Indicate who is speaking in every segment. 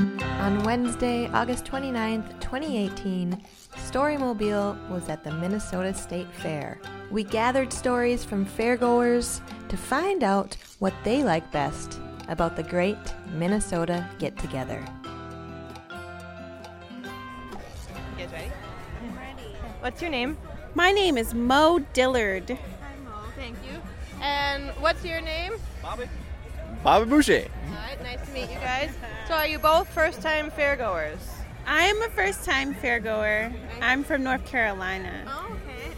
Speaker 1: On Wednesday, August 29th, 2018, Storymobile was at the Minnesota State Fair. We gathered stories from fairgoers to find out what they like best about the great Minnesota get together.
Speaker 2: You guys ready? What's your name?
Speaker 3: My name is Mo Dillard.
Speaker 2: Thank you. And what's your name?
Speaker 4: Bobby Boucher.
Speaker 2: All right, nice to meet you guys. So, are you both first-time fairgoers?
Speaker 3: I'm a first time fairgoer. I'm from North Carolina.
Speaker 2: Oh, okay.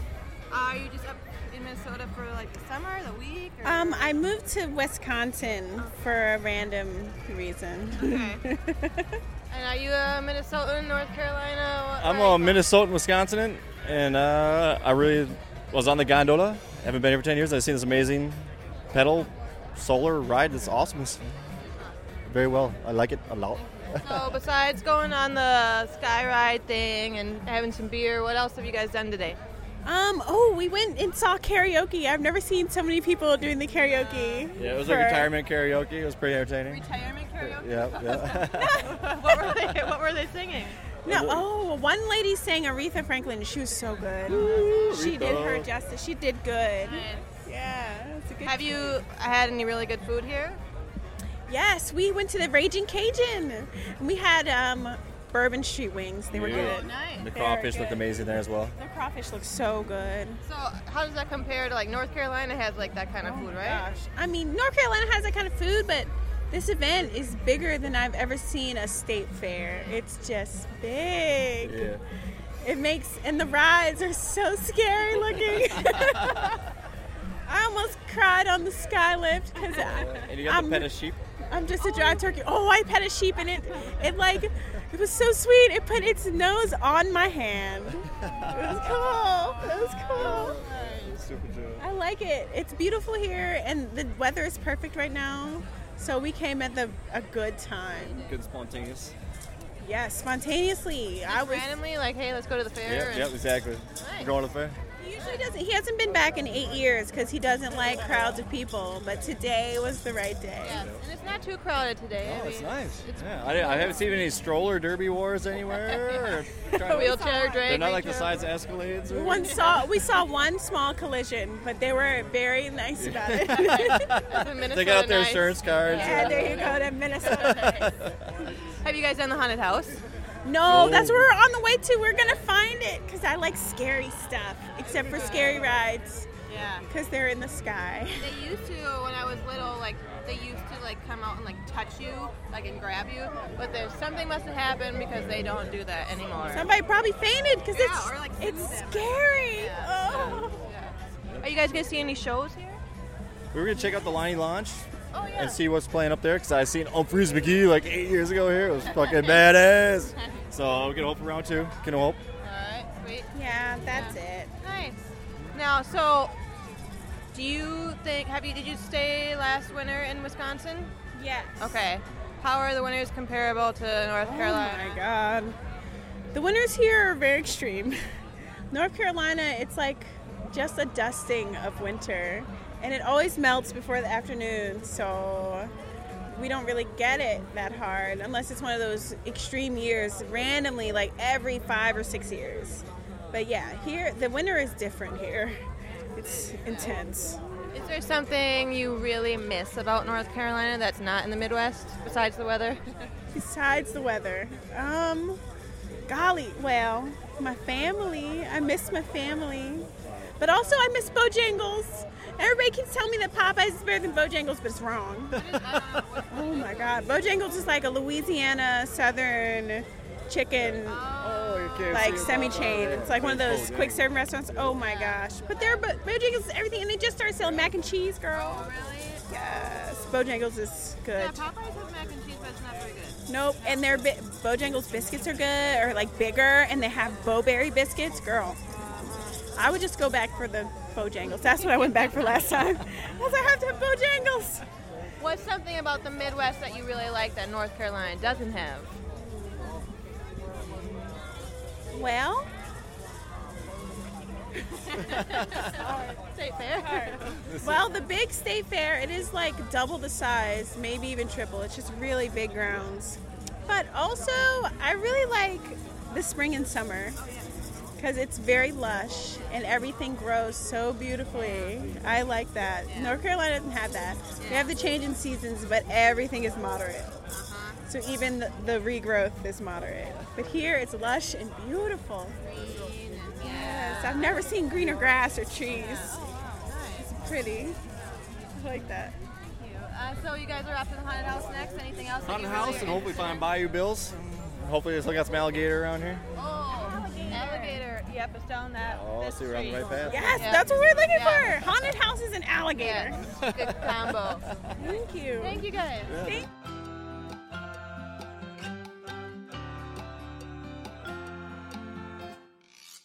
Speaker 2: Are you just up in Minnesota for like the summer, the week? Or?
Speaker 3: Um, I moved to Wisconsin for a random reason.
Speaker 2: okay. and are you a Minnesotan, North Carolina? What-
Speaker 4: I'm
Speaker 2: where are
Speaker 4: a
Speaker 2: you from?
Speaker 4: Minnesotan, Wisconsinan, and uh, I really was on the gondola. Haven't been here for 10 years. I've seen this amazing pedal solar ride. It's awesome. It's very well. I like it a lot.
Speaker 2: So, besides going on the sky ride thing and having some beer, what else have you guys done today?
Speaker 3: Um, oh, we went and saw karaoke. I've never seen so many people doing the karaoke.
Speaker 4: Yeah, it was
Speaker 3: for-
Speaker 4: like retirement karaoke. It was pretty entertaining.
Speaker 2: Retirement karaoke.
Speaker 4: Yeah, yeah.
Speaker 2: what, were they, what were they singing?
Speaker 3: No, oh, one lady sang Aretha Franklin. and She was so good. she did her
Speaker 4: Aretha.
Speaker 3: justice. She did good. Yeah, it's a good.
Speaker 2: Have you had any really good food here?
Speaker 3: Yes, we went to the Raging Cajun. And we had um, bourbon street wings. They were
Speaker 4: Yeah.
Speaker 3: good.
Speaker 4: And the
Speaker 3: Very
Speaker 4: crawfish looked
Speaker 3: good.
Speaker 4: amazing there as well.
Speaker 3: The crawfish looks so good.
Speaker 2: So, how does that compare to like North Carolina has like that kind of food, right?
Speaker 3: Gosh. I mean, North Carolina has that kind of food, but this event is bigger than I've ever seen a state fair. It's just big.
Speaker 4: Yeah.
Speaker 3: It makes, and the rides are so scary looking. I almost cried on the sky lift because
Speaker 4: And you got
Speaker 3: I'm-
Speaker 4: the pet of sheep.
Speaker 3: I'm just a dry turkey. Oh, I pet a sheep and it, it like, it was so sweet. It put its nose on my hand. It was cool. It was cool.
Speaker 4: Super
Speaker 3: I like it. It's beautiful here, and the weather is perfect right now. So we came at the a good time.
Speaker 4: Good spontaneous.
Speaker 3: Yes, spontaneously. I was.
Speaker 2: Randomly, like, hey, let's go to the fair.
Speaker 4: Yeah,
Speaker 2: and-
Speaker 4: yep, exactly. Going to the fair.
Speaker 3: He usually doesn't. He hasn't been back in eight years because he doesn't like crowds of people. But today was the right day.
Speaker 2: Yeah, And it's not too crowded today. I
Speaker 4: Oh, it's
Speaker 2: mean,
Speaker 4: nice.
Speaker 2: It's
Speaker 4: Yeah, I, I haven't seen any stroller derby wars anywhere. or trying to-
Speaker 2: wheelchair drag.
Speaker 4: They're not like the
Speaker 2: racer.
Speaker 4: size of Escalades. Or
Speaker 3: One saw we saw one small collision, but they were very nice about it.
Speaker 2: Minnesota
Speaker 4: They got out their
Speaker 2: nice.
Speaker 4: insurance cards.
Speaker 3: yeah, there you go to Minnesota.
Speaker 2: Have you guys done the haunted house?
Speaker 3: No,
Speaker 4: No.
Speaker 3: that's where we're on the way to. We're gonna find it because I like scary stuff, except for scary rides
Speaker 2: Yeah.
Speaker 3: because they're in the sky.
Speaker 2: They used to when I was little. Like they used to like come out and like touch you, like and grab you. But there's something must have happened because they don't do that anymore.
Speaker 3: Somebody probably fainted because
Speaker 2: Yeah,
Speaker 3: it's
Speaker 2: or, like,
Speaker 3: it's
Speaker 2: sue them.
Speaker 3: scary.
Speaker 2: Yeah.
Speaker 3: Oh.
Speaker 2: Yeah. Are you guys gonna see any shows here?
Speaker 4: We were gonna check out the Lonnie Launch
Speaker 2: Oh yeah.
Speaker 4: and see what's playing up there because I seen Humphreys McGee like eight years ago here. It was fucking badass. So we can hope for round two. Can hope.
Speaker 2: All right. Sweet.
Speaker 3: Yeah, that's it.
Speaker 2: Nice. Now, so do you think? Have you did you stay last winter in Wisconsin?
Speaker 3: Yes.
Speaker 2: Okay. How are the winters comparable to North
Speaker 3: Oh
Speaker 2: Carolina?
Speaker 3: my god. The winters here are very extreme. North Carolina, it's like just a dusting of winter, and it always melts before the afternoon, so we don't really get it that hard unless it's one of those extreme years randomly, like every five or six years. But yeah, here the winter is different here. It's intense.
Speaker 2: Is there something you really miss about North Carolina that's not in the Midwest besides the weather?
Speaker 3: Besides the weather, um, golly, well, my family. I miss my family, but also I miss Bojangles. Everybody keeps telling me that Popeyes is better than Bojangles, but it's wrong. oh my God, Bojangles is like a Louisiana Southern chicken,
Speaker 4: Oh, okay.
Speaker 3: like semi-chain. It's like one of those quick-serve restaurants. Oh my gosh, but they're Bo- Bojangles is everything, and they just started selling mac and cheese, girl. Yes, Bojangles is good.
Speaker 2: Popeyes has mac and cheese, but it's not very good.
Speaker 3: Nope, and their bi- Bojangles biscuits are good, or like bigger, and they have bowberry biscuits. Girl, I would just go back for the Bojangles. That's what I went back for last time. I was like, I have to have Bojangles.
Speaker 2: What's something about the Midwest that you really like that North Carolina doesn't have?
Speaker 3: Well,
Speaker 2: State fair.
Speaker 3: well, the big state fair, it is like double the size, maybe even triple. It's just really big grounds. But Also, I really like the spring and summer because it's very lush and everything grows so beautifully. I like that. North Carolina doesn't have that. We have the change in seasons, but everything is moderate. So even the, the regrowth is moderate. But here it's lush and beautiful.
Speaker 2: Green and
Speaker 3: Yes, I've never seen greener grass or trees. It's pretty. I like that.
Speaker 2: cute. Uh, so you guys are off to the haunted house next. Anything else? that you
Speaker 4: Haunted
Speaker 2: really
Speaker 4: house
Speaker 2: are
Speaker 4: and hopefully
Speaker 2: interested
Speaker 4: find
Speaker 2: in?
Speaker 4: Bayou Bills. Hopefully, they still got some alligator around here.
Speaker 2: Oh, alligator. Yep, it's down that.
Speaker 4: Oh,
Speaker 2: this
Speaker 4: see, we're on the
Speaker 2: street.
Speaker 4: right path.
Speaker 3: Yes,
Speaker 2: Yeah.
Speaker 3: that's what we're looking
Speaker 2: Yeah.
Speaker 3: for. Haunted houses and alligator.
Speaker 2: Yes, good combo.
Speaker 3: Thank you.
Speaker 2: Thank you guys.
Speaker 3: Thank-